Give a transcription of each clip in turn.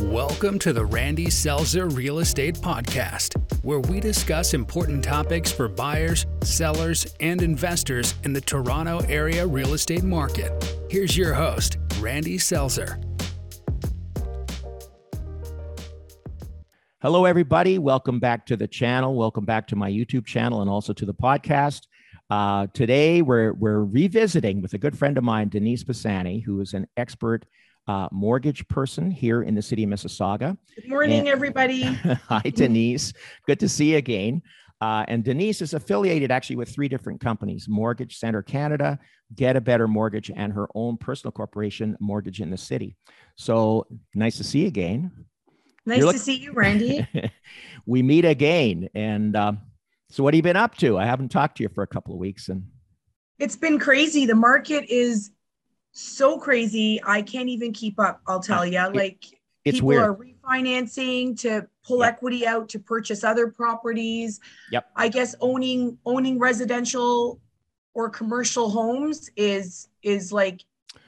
Welcome to the Randy Selzer Real Estate Podcast, where we discuss important topics for buyers, sellers, and investors in the Toronto area real estate market. Here's your host, Randy Selzer. Hello, everybody. Welcome back to the channel. Welcome back to my YouTube channel and also to the podcast. Uh, today, we're, we're revisiting with a good friend of mine, Denise Pisani, who is an expert uh, mortgage person here in the city of Mississauga. Good morning, And- everybody. Hi, Denise. Good to see you again. Uh, and Denise is affiliated actually with three different companies Mortgage Center Canada, Get a Better Mortgage, and her own personal corporation, Mortgage in the City. So nice to see you again. Nice look- to see you, Randy. we meet again. And uh, so, what have you been up to? I haven't talked to you for a couple of weeks. And it's been crazy. The market is so crazy. I can't even keep up, I'll tell you. Like, it's people weird. are refinancing to pull Yep. equity out to purchase other properties. Yep. I guess owning owning residential or commercial homes is is like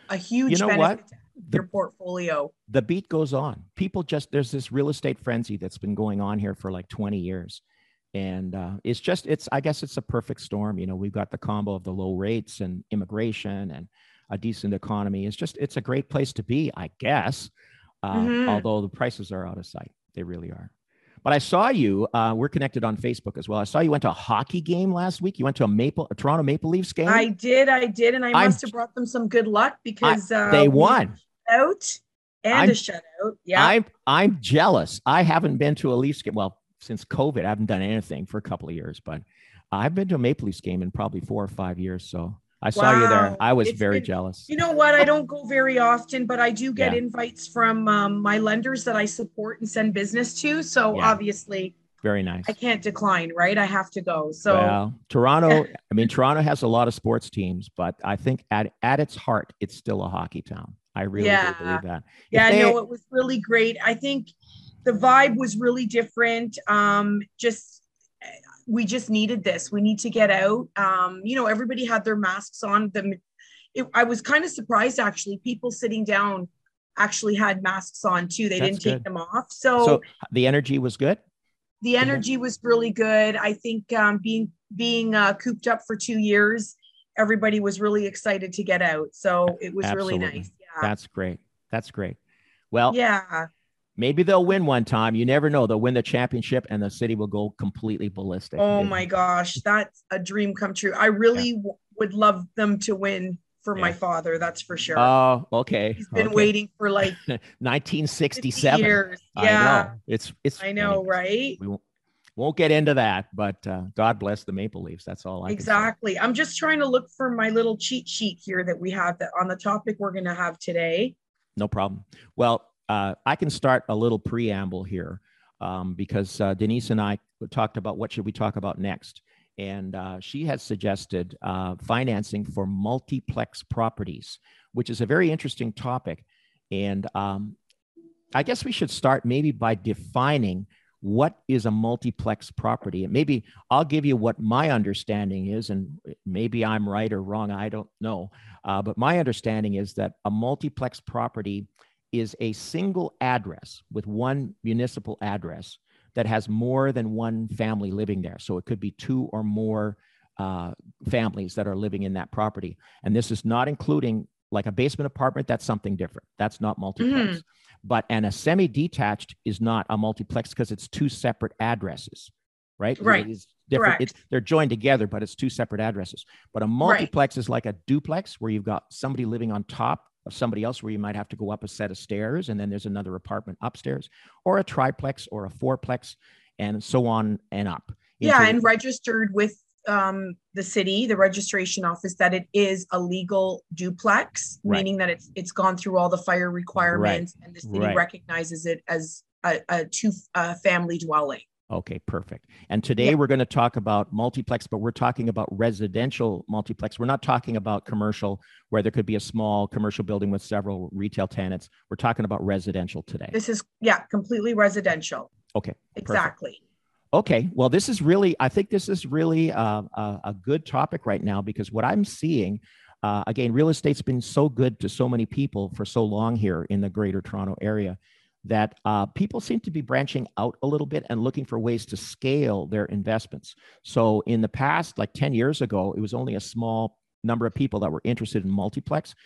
a huge know benefit what? to The- your portfolio. the beat goes on. People just, there's this real estate frenzy that's been going on here for like 20 years. And uh, it's just, it's, I guess it's a perfect storm. You know, we've got the combo of the low rates and immigration and a decent economy. It's just, it's a great place to be, I guess. Uh, Mhm. Although the prices are out of sight, they really are. But I saw you, uh, we're connected on Facebook as well. I saw you went to a hockey game last week. You went to a Maple, a Toronto Maple Leafs game. I did, I did, and I I'm- must have brought them some good luck because uh, they we- won. out and I'm- a shutout. Yeah. I'm I'm jealous. I haven't been to a Leafs game. Well, since COVID, I haven't done anything for a couple of years, but I've been to a Maple Leafs game in probably four or five years. So I saw you there. Wow. I was It's very been- jealous. You know what? I don't go very often, but I do get Yeah. invites from um, my lenders that I support and send business to. So Yeah. obviously, Very nice. I can't decline, right? I have to go. So well, Toronto, I mean, Toronto has a lot of sports teams, but I think at, at its heart, it's still a hockey town. I really Yeah. do believe that. If yeah, they- no, it was really great. I think the vibe was really different. Um, just we just needed this. We need to get out. Um, you know, everybody had their masks on. Them, it, I was kind of surprised actually. People sitting down actually had masks on too. They That's didn't take good. them off. so the energy was good. the Mm-hmm. energy was really good. I think um, being being uh, cooped up for two years, everybody was really excited to get out. So it was really Absolutely. nice. Yeah. That's great. That's great. Well, yeah. maybe they'll win one time. You never know. They'll win the championship and the city will go completely ballistic. Oh my gosh, that's a dream come true. I really w- would love them to win for my Yeah. father. That's for sure. Oh, okay. He's been okay. waiting for like 50 1967. years. I Yeah, know. It's it's. I know, anyways, right? We won't, won't get into that, but uh, God bless the Maple Leafs. That's all I. can say. Exactly. I'm just trying to look for my little cheat sheet here that we have that on the topic we're going to have today. No problem. Well, uh, I can start a little preamble here um, because uh, Denise and I talked about what should we talk about next, and uh, she has suggested uh, financing for multiplex properties, which is a very interesting topic, and um, I guess we should start maybe by defining what is a multiplex property and maybe i'll give you what my understanding is and maybe i'm right or wrong i don't know uh, but my understanding is that a multiplex property is a single address with one municipal address that has more than one family living there. So it could be two or more uh, families that are living in that property. And this is not including like a basement apartment, that's something different. That's not multiplex. But and a semi detached is not a multiplex because it's two separate addresses, right? Right. It's different. Correct. It's, they're joined together, but it's two separate addresses. But a multiplex is like a duplex where you've got somebody living on top of somebody else where you might have to go up a set of stairs and then there's another apartment upstairs or a triplex or a fourplex and so on and up. Yeah, into- and registered with um, the city, the registration office, that it is a legal duplex, Right. meaning that it's it's gone through all the fire requirements, and the city Right. recognizes it as a, a two uh, family dwelling. Okay, perfect. And today we're going to talk about multiplex, but we're talking about residential multiplex. We're not talking about commercial, where there could be a small commercial building with several retail tenants. We're talking about residential today. This is yeah, completely residential. Okay, Exactly. Okay, well, this is really, I think this is really uh, a, a good topic right now because what I'm seeing, uh, again, real estate's been so good to so many people for so long here in the greater Toronto area that uh, people seem to be branching out a little bit and looking for ways to scale their investments. So in the past, like 10 years ago, it was only a small number of people that were interested in multiplex.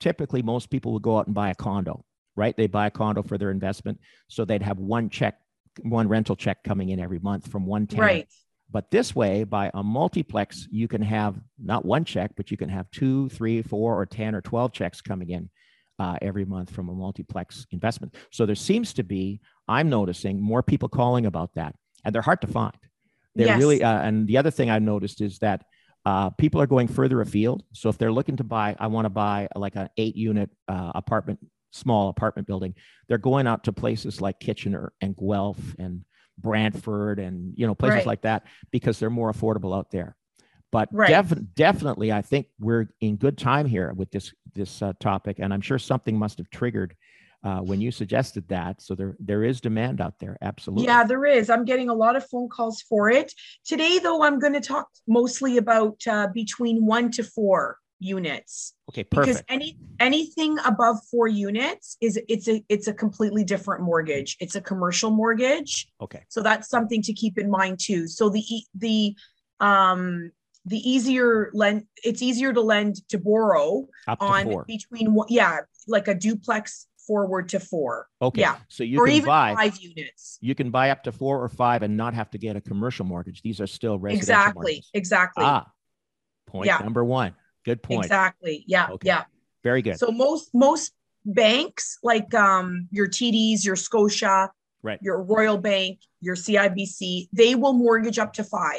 Typically, most people would go out and buy a condo, right? They buy a condo for their investment. So they'd have one check, one rental check coming in every month from one tenant. Right. But this way, by a multiplex, you can have not one check, but you can have two, three, four, or 10 or 12 checks coming in uh, every month from a multiplex investment. So there seems to be, I'm noticing, more people calling about that, and they're hard to find. They're Yes. really, uh, and the other thing I noticed is that uh, people are going further afield. So if they're looking to buy, I want to buy like an eight unit uh, apartment, small apartment building, they're going out to places like Kitchener and Guelph and Brantford and, you know, places Right. like that because they're more affordable out there. But Right. def- definitely, I think we're in good time here with this this uh, topic, and I'm sure something must have triggered uh, when you suggested that. So there there is demand out there, absolutely. Yeah, there is. I'm getting a lot of phone calls for it. Today, though, I'm going to talk mostly about uh, between one to four units Okay, because perfect. any anything above four units is it's a it's a completely different mortgage. It's a commercial mortgage, Okay, so that's something to keep in mind too. So the e- the um the easier lend it's easier to lend to borrow up to on four. between one yeah like a duplex forward to four Okay, yeah. so you or can even buy five units. you can buy up to four or five and not have to get a commercial mortgage. These are still residential Exactly, mortgages. exactly. Ah, point Yeah. number one. Good point. Exactly. Yeah. Okay. Yeah. Very good. So most most banks like um your TDs, your Scotia, Right. your Royal Bank, your CIBC, they will mortgage up to 5.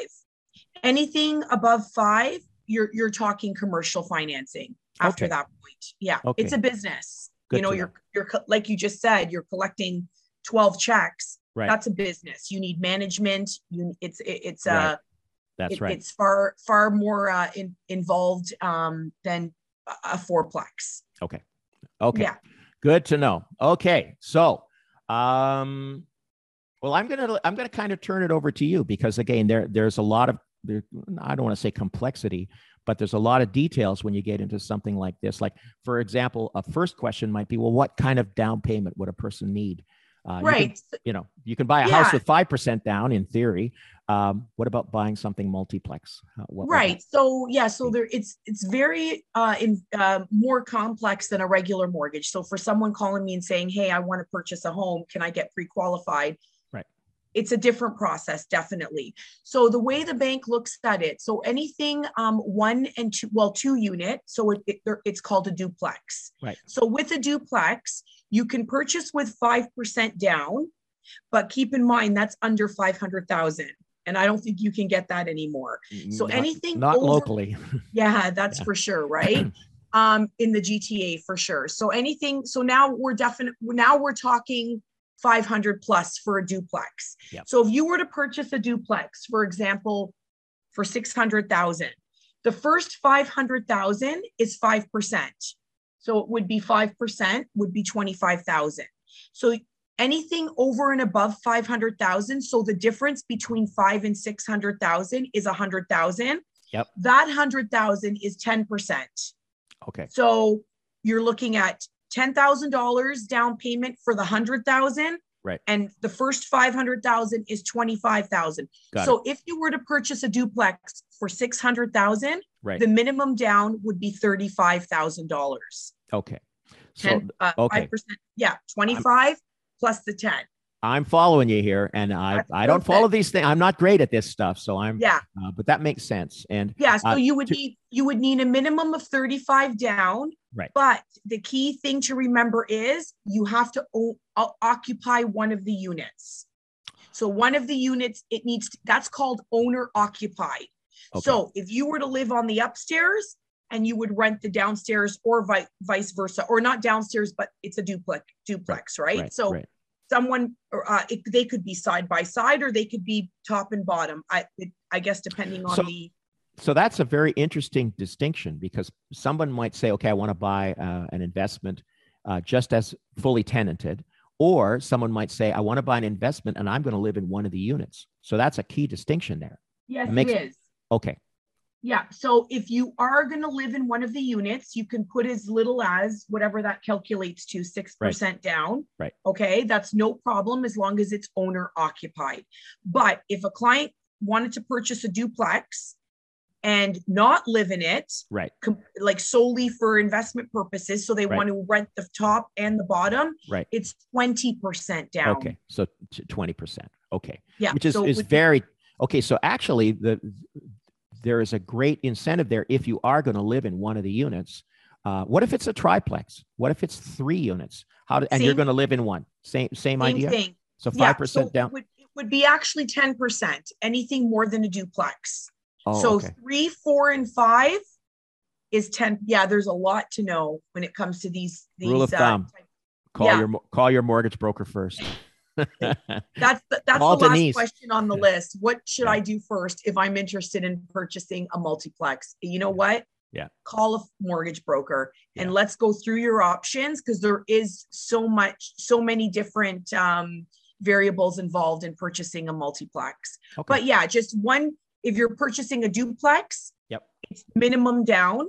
Anything above 5, you're you're talking commercial financing after Okay. that point. Yeah. Okay. It's a business. Good you know, to you're you're co- like you just said, you're collecting 12 checks. Right. That's a business. You need management. You it's it, it's a Right. That's it- right. It's far far more uh, in, involved um, than a- a fourplex. Okay. Yeah. Good to know. Okay. So, um, well, I'm going to, I'm going to kind of turn it over to you because again, there, there's a lot of, there, I don't want to say complexity, but there's a lot of details when you get into something like this. Like, for example, a first question might be, well, what kind of down payment would a person need? Uh, you can- right. You, know, you can buy a house Yeah. with 5% down in theory. Um, what about buying something multiplex? Uh, what would that- Mm-hmm. right. So yeah. So there, it's it's very uh, in uh, more complex than a regular mortgage. So for someone calling me and saying, "Hey, I want to purchase a home. Can I get pre-qualified?" Right. It's a different process, definitely. So the way the bank looks at it, so anything um, one and two, well, two unit, so it, it, they're- it's called a duplex. Right. So with a duplex, you can purchase with five percent down, but keep in mind that's under five hundred thousand, and I don't think you can get that anymore. So Not- anything not over- locally. Yeah, that's Yeah. for sure, right? um, in the GTA for sure. So anything. So now we're definite. Now we're talking 500 plus for a duplex. Yep. So if you were to purchase a duplex, for example, for 600,000, the first 500,000 is five percent. So it would be five percent would be 25,000. So anything over and above 500,000. So the difference between five and 600,000 is 100,000. Yep. That 100,000 is 10%. Okay. So you're looking at ten thousand dollars down payment for the hundred thousand. Right. And the first five hundred thousand is twenty five thousand. Got it. So if you were to purchase a duplex for six hundred thousand, Right. the minimum down would be thirty five thousand dollars. Okay. So Ten uh, okay. five percent. Yeah, twenty five plus the ten. I'm following you here, and I, That's I don't perfect. follow these things. I'm not great at this stuff, so I'm. Yeah, Uh, but that makes sense, and yeah. So Uh, you would to- need you would need a minimum of thirty five down. Right. But the key thing to remember is you have to o- o- occupy one of the units. So one of the units, it needs, to- that's called owner occupied. Okay. So if you were to live on the upstairs and you would rent the downstairs or vi- vice versa, or not downstairs, but it's a duplex, duplex, right? so right. someone, or, uh, it, they could be side by side or they could be top and bottom. I, it, I guess depending on So- the, so that's a very interesting distinction because someone might say, okay, I want to buy uh, an investment uh, just as fully tenanted, or someone might say, I want to buy an investment and I'm going to live in one of the units. So that's a key distinction there. yes, it makes- it is. Okay. Yeah. So if you are going to live in one of the units, you can put as little as whatever that calculates to 6% down. Right. Okay. That's no problem as long as it's owner occupied. But if a client wanted to purchase a duplex and not live in it, Right. com- like solely for investment purposes, so they Right. want to rent the top and the bottom, Right. it's 20% down. Okay. So twenty percent. Okay. Yeah. Which is, so it is would be- very okay. So actually, the there is a great incentive there if you are going to live in one of the units. Uh, what if it's a triplex? What if it's three units? How do, and you're Same- going to live in one? Same same, same idea. thing. So Yeah, five percent so down. It would, it would be actually 10%, anything more than a duplex. Oh, so okay. three, four, and five is 10. Yeah, there's a lot to know when it comes to these. these uh, Rule of thumb. type- Call yeah. your mo- call your mortgage broker first. That's the, that's Call the last Denise. question on the Yeah. list. What should Yeah. I do first if I'm interested in purchasing a multiplex? You know what? Yeah. Call a mortgage broker and Yeah. let's go through your options because there is so much, so many different um, variables involved in purchasing a multiplex. Okay. But yeah, just one, if you're purchasing a duplex. Yep. It's minimum down,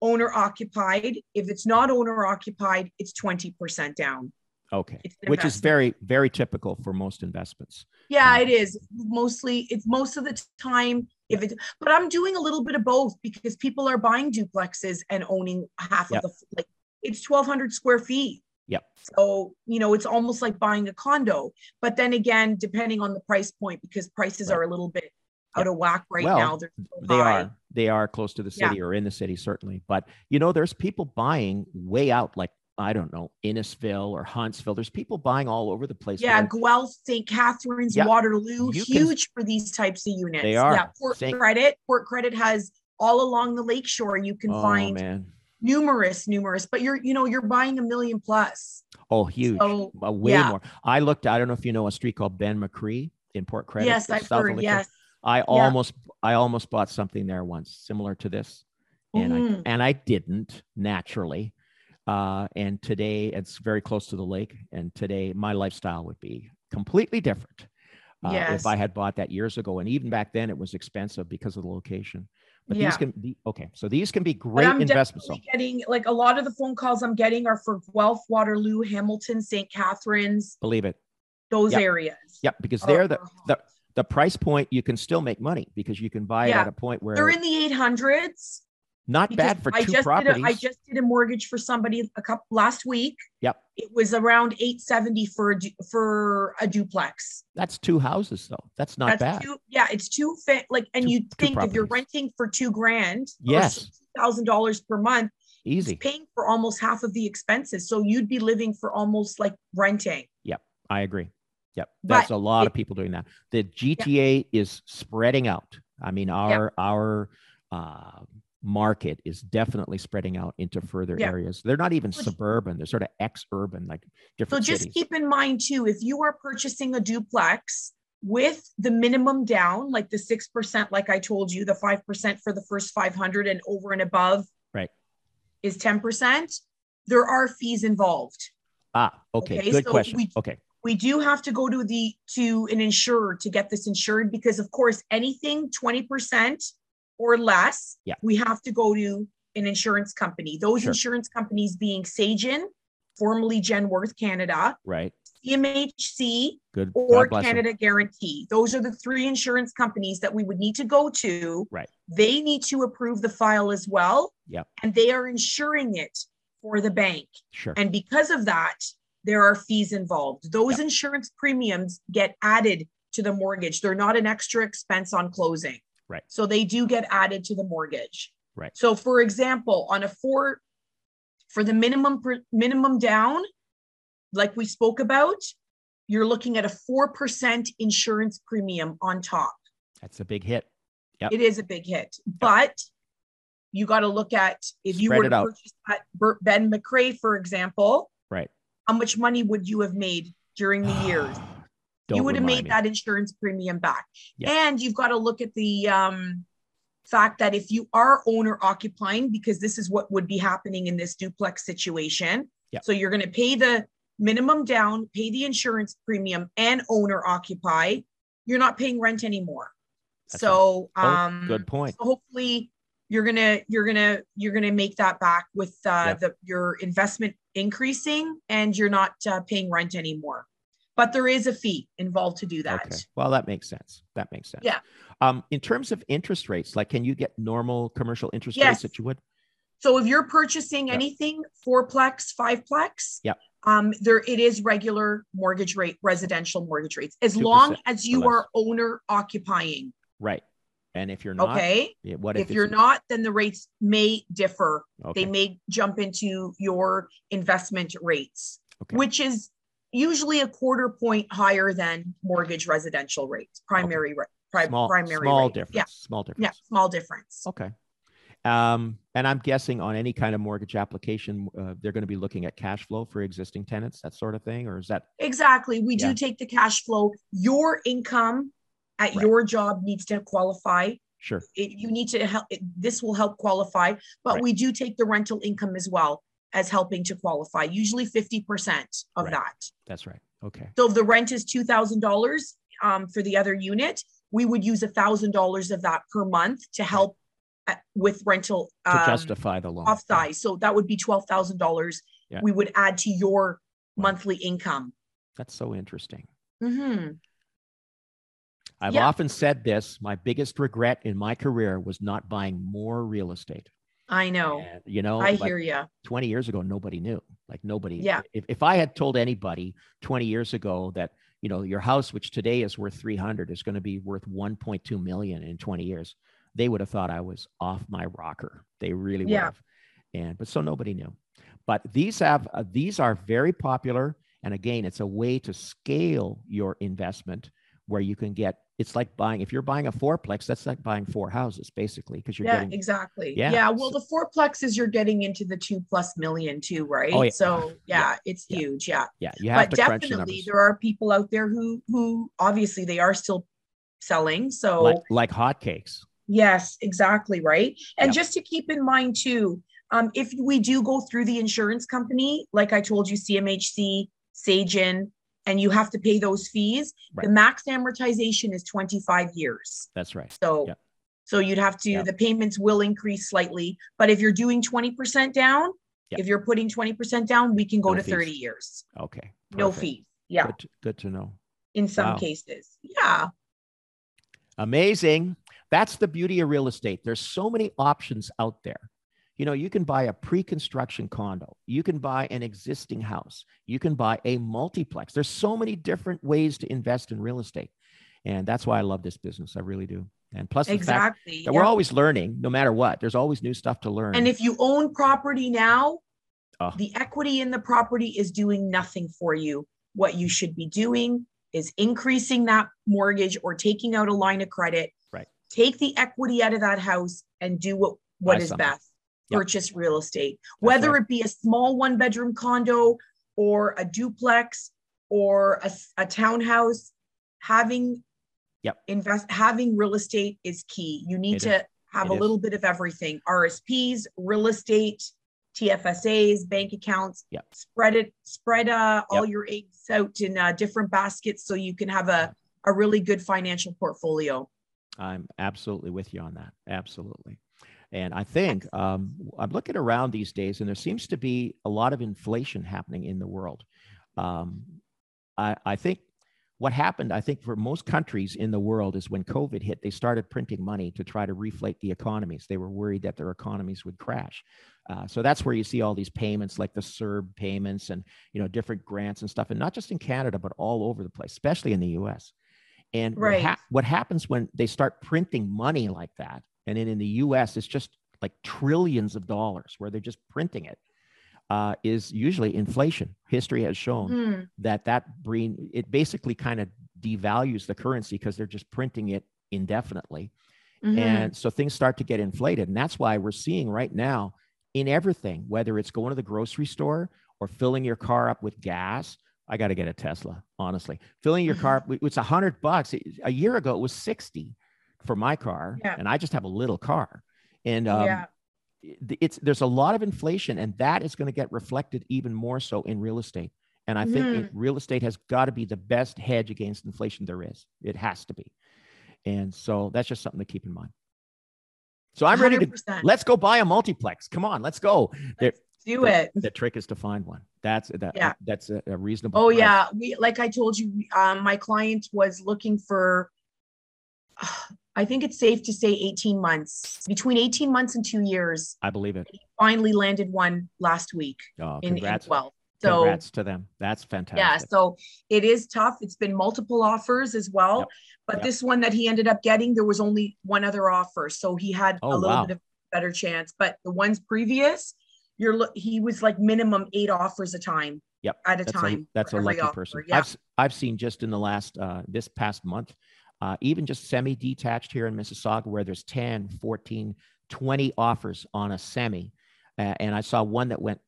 owner occupied. If it's not owner occupied, it's twenty percent down. okay. It's an Which is investment. very very typical for most investments. Yeah, Yeah. it is mostly, it's most of the time if it, but I'm doing a little bit of both because people are buying duplexes and owning half Yep. of the, like, it's twelve hundred square feet. Yep. So, you know, it's almost like buying a condo, but then again, depending on the price point, because prices Right. are a little bit out of whack right Well, now. They're so They high. are they are close to the Yeah. city or in the city certainly, but you know there's people buying way out like I don't know Innisfil or Huntsville. There's people buying all over the place. Yeah, where Guelph, St. Catharines, Yeah. Waterloo, You can- huge for these types of units. They are. Yeah, Port Saint- Credit. Port Credit has all along the lakeshore. You can oh find man, numerous, numerous, but you're, you know, you're buying a million plus. oh huge, So, Uh, way yeah. more. I looked. I don't know if you know a street called Ben McCree in Port Credit. yes, that's I've south of heard. Lakewood. Yes. I almost I almost bought something there once similar to this, and I Mm. and I didn't naturally. Uh, and today it's very close to the lake, and today my lifestyle would be completely different. Uh, If Yes. I had bought that years ago, and even back then it was expensive because of the location. But these Yeah. can be okay. So these can be But great I'm investments. definitely getting like a lot of the phone calls I'm getting are for Guelph, Waterloo, Hamilton, St. Catharines, believe it. those Yeah. areas. Uh-huh. Yeah, because are- they're the are the- hot. the price point you can still make money because you can buy it Yeah. at a point where they're in the 800s. not because bad for I two just properties. Did a, I just did a mortgage for somebody a couple last week. Yep. It was around eight seventy for a, du- for a duplex. That's two houses though. That's not That's bad. two. Yeah, it's two fit. Like, and Two- you think if you're properties. renting for two grand, Yes. thousand dollars per month, it's Easy. paying for almost half of the expenses. So you'd be living for almost like renting. I agree. Yep. There's But a lot of it- people doing that. The GTA is spreading out. I mean, our our uh, market is definitely spreading out into further Yeah. areas. They're not even Which- suburban. They're sort of ex-urban, like So different just cities. keep in mind too, if you are purchasing a duplex with the minimum down, like the six percent, like I told you, the five percent for the first five hundred and over and above, Right. is ten percent. There are fees involved. ah, okay. okay, Good so question. we- okay. We do have to go to the to an insurer to get this insured because, of course, anything twenty percent or less, Yeah. we have to go to an insurance company. Those Sure. insurance companies being Sagen, formerly Genworth Canada, Right. CMHC, Good. or God bless 'em. Canada Guarantee. Those are the three insurance companies that we would need to go to. Right. They need to approve the file as well. Yep. And they are insuring it for the bank. Sure. And because of that, there are fees involved. Those Yep. insurance premiums get added to the mortgage. They're not an extra expense on closing. Right. So they do get added to the mortgage. Right. So for example, on a four, for the minimum per, minimum down, like we spoke about, you're looking at a 4% insurance premium on top. That's a big hit. Yep. It is a big hit, but you got to look at if you Spread were it to out. purchase that Bert Ben McRae, for example, Right. How much money would you have made during the years? Don't you would have remind made me. that insurance premium back. Yeah. And you've got to look at the um, fact that if you are owner occupying, because this is what would be happening in this duplex situation. Yeah. So you're going to pay the minimum down, pay the insurance premium, and owner occupy. You're not paying rent anymore. That's so Oh, um good point. so hopefully you're gonna you're gonna you're gonna make that back with uh, Yep. the your investment increasing and you're not uh, paying rent anymore but there is a fee involved to do that Okay. Well, that makes sense. That makes sense. Yeah. Um, in terms of interest rates, like can you get normal commercial interest rates Yes. that you would? So if you're purchasing Yeah. anything fourplex, fiveplex, Yep. um, there it is regular mortgage rate, residential mortgage rates, as long 2% as you less. are owner occupying. Right. And if you're not, okay. yeah, what if, If you're it's- not, then the rates may differ. Okay. They may jump into your investment rates, Okay. which is usually a quarter point higher than mortgage residential rates, primary rate, pri- small, primary small rate. difference. Yeah, Small difference. yeah, small difference. Okay. Um, and I'm guessing on any kind of mortgage application, uh, they're going to be looking at cash flow for existing tenants, that sort of thing, or is that Exactly. We Yeah. do take the cash flow. Your income at Right. your job needs to qualify. sure? It, you need to help. It, this will help qualify, but Right. we do take the rental income as well as helping to qualify, usually 50% of Right. that. That's right. Okay. So if the rent is $2,000 um, for the other unit, we would use $1,000 of that per month to help uh, with rental To um, justify the loan. Yeah. offsite. So that would be $12,000 Yeah. we would add to your Wow. monthly income. That's so interesting. hmm I've Yeah. often said this. My biggest regret in my career was not buying more real estate. I know. And, you know, I Oh, like hear you. 20 years ago, nobody knew. Like nobody. Yeah. If, if I had told anybody 20 years ago that, you know, your house, which today is worth 300, is going to be worth 1.2 million in 20 years, they would have thought I was off my rocker. They really would Yeah. have. And, but so nobody knew. But these have, uh, these are very popular. And again, it's a way to scale your investment where you can get, it's like buying, if you're buying a fourplex, that's like buying four houses basically, because you're Yeah, getting exactly. Yeah, Yeah. Well, the fourplexes you're getting into the two plus million too, right? Oh, yeah. So yeah, it's Yeah. huge. Yeah. Yeah, you have But to crunch the numbers. definitely there are people out there who who obviously they are still selling. So like like hotcakes. yes, exactly. Right. And Yeah. just to keep in mind too, um, if we do go through the insurance company, like I told you, CMHC, Sagen, and you have to pay those fees, Right. the max amortization is 25 years. That's right. So, Yeah. so you'd have to, Yeah. the payments will increase slightly, but if you're doing twenty percent down, Yeah. if you're putting twenty percent down, we can go No to fees. thirty years, Okay. no perfect. fees. Yeah, Good, to- good to know. in Wow. some cases. Yeah, Amazing. That's the beauty of real estate. There's so many options out there. You know, you can buy a pre-construction condo. You can buy an existing house. You can buy a multiplex. There's so many different ways to invest in real estate. And that's why I love this business. I really do. And plus the fact exactly. that we're yeah. always learning no matter what. There's always new stuff to learn. And if you own property now, Oh. the equity in the property is doing nothing for you. What you should be doing is increasing that mortgage or taking out a line of credit. Right. Take the equity out of that house and do what what Buy is something. best. Yep. Purchase real estate, whether right. it be a small one bedroom condo or a duplex or a, s- a townhouse. Having Yep. invest having real estate is key. You need It to have It a is. little bit of everything RSPs, real estate, TFSAs, bank accounts. Yep. Spread it, spread uh, all your eggs out in uh, different baskets so you can have a, a really good financial portfolio. I'm absolutely with you on that. Absolutely. And I think um, I'm looking around these days, and there seems to be a lot of inflation happening in the world. Um, I, I think what happened, I think, for most countries in the world is when COVID hit, they started printing money to try to reflate the economies. They were worried that their economies would crash. Uh, so that's where you see all these payments, like the CERB payments, and you know different grants and stuff, and not just in Canada, but all over the place, especially in the U.S. And what, hap- Right. what happens when they start printing money like that? And then in the US, it's just like trillions of dollars where they're just printing it, uh, is usually inflation. History has shown Mhm. that that bring it basically kind of devalues the currency because they're just printing it indefinitely. Mhm. And so things start to get inflated. And that's why we're seeing right now in everything, whether it's going to the grocery store or filling your car up with gas. I got to get a Tesla, honestly. Filling your Mm-hmm. car up, with- it's a hundred bucks. It- A year ago, it was 60 for my car. Yeah. And I just have a little car. And um, yeah. it- it's there's a lot of inflation and that is going to get reflected even more so in real estate and Mm-hmm. i think it- real estate has got to be the best hedge against inflation there is it has to be And so that's just something to keep in mind. So I'm ready 100%. to let's go buy a multiplex. Come on, let's go. Let's do the, it. The trick is to find one. That's that, yeah. that's a, a reasonable. Oh price. yeah, we like I told you, um, my client was looking for. Uh, I think it's safe to say 18 months, between 18 months and two years. I believe it. finally landed one last week oh, congrats. in, in 12. So congrats to them. That's fantastic. Yeah. So it is tough. It's been multiple offers as well. Yep. But yep. this one that he ended up getting, there was only one other offer. So he had oh, a little wow. bit of better chance. But the ones previous, you're he was like minimum eight offers a time. Yep. At a that's time. A, that's a lucky offer. person. Yeah. I've I've seen just in the last uh this past month, uh, even just semi-detached here in Mississauga where there's 10, 14, 20 offers on a semi. Uh, and I saw one that went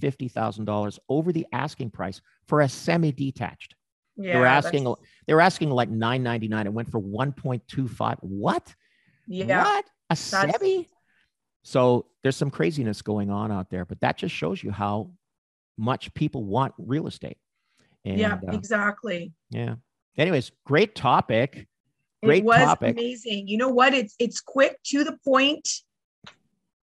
$250,000 over the asking price for a semi-detached. Yeah, they were asking that's... they were asking like 999 it went for 1.25 what yeah what a semi so there's some craziness going on out there but that just shows you how much people want real estate and, yeah exactly uh, yeah anyways great topic great it was topic. amazing you know what it's it's quick to the point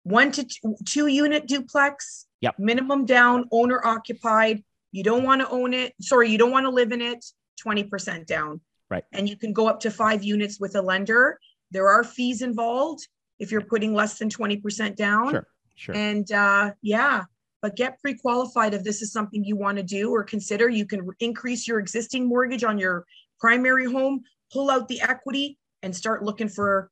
one to two, two, unit duplex yep. minimum down owner occupied you don't want to own it sorry you don't want to live in it 20% down right and you can go up to five units with a lender there are fees involved if you're putting less than 20% down sure, sure. and uh, yeah but get pre-qualified if this is something you want to do or consider you can increase your existing mortgage on your primary home pull out the equity and start looking for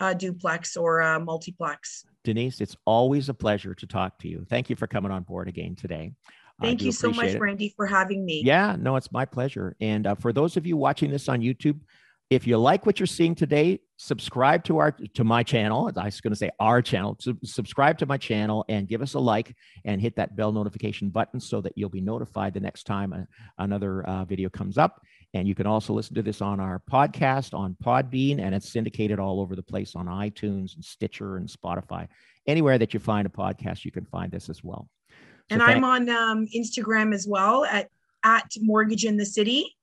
a duplex or a multiplex Denise, it's always a pleasure to talk to you. Thank you for coming on board again today. Thank you so much, it. Randy, for having me. Yeah, no, it's my pleasure. And uh, for those of you watching this on YouTube, if you like what you're seeing today, subscribe to our to my channel. I was going to say our channel. So subscribe to my channel and give us a like and hit that bell notification button so that you'll be notified the next time a, another uh, video comes up. And you can also listen to this on our podcast on Podbean, and it's syndicated all over the place on iTunes and Stitcher and Spotify. Anywhere that you find a podcast, you can find this as well. So and thank- I'm on um, Instagram as well at at Mortgage in the City.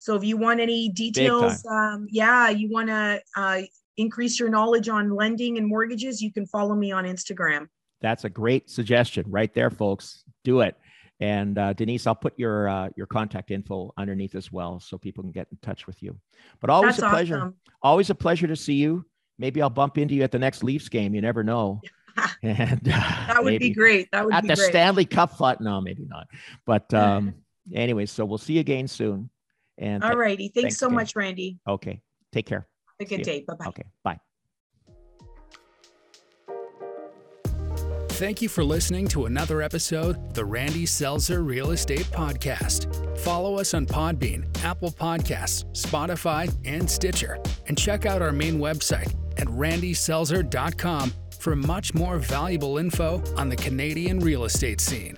So if you want any details, um, yeah, you want to uh, increase your knowledge on lending and mortgages, you can follow me on Instagram. That's a great suggestion right there, folks. Do it. And uh, Denise, I'll put your uh, your contact info underneath as well, so people can get in touch with you. But always That's a pleasure. Awesome. Always a pleasure to see you. Maybe I'll bump into you at the next Leafs game. You never know. and, uh, that would be great. That would at the great. Stanley Cup fight. No, maybe not. But um, anyway, so we'll see you again soon. And all righty, thanks, thanks so again. much, Randy. Okay, take care. Have a good day. Bye bye. Okay, bye. Thank you for listening to another episode the Randy Selzer Real Estate Podcast. Follow us on Podbean, Apple Podcasts, Spotify, and Stitcher. And check out our main website at randyselzer.com for much more valuable info on the Canadian real estate scene.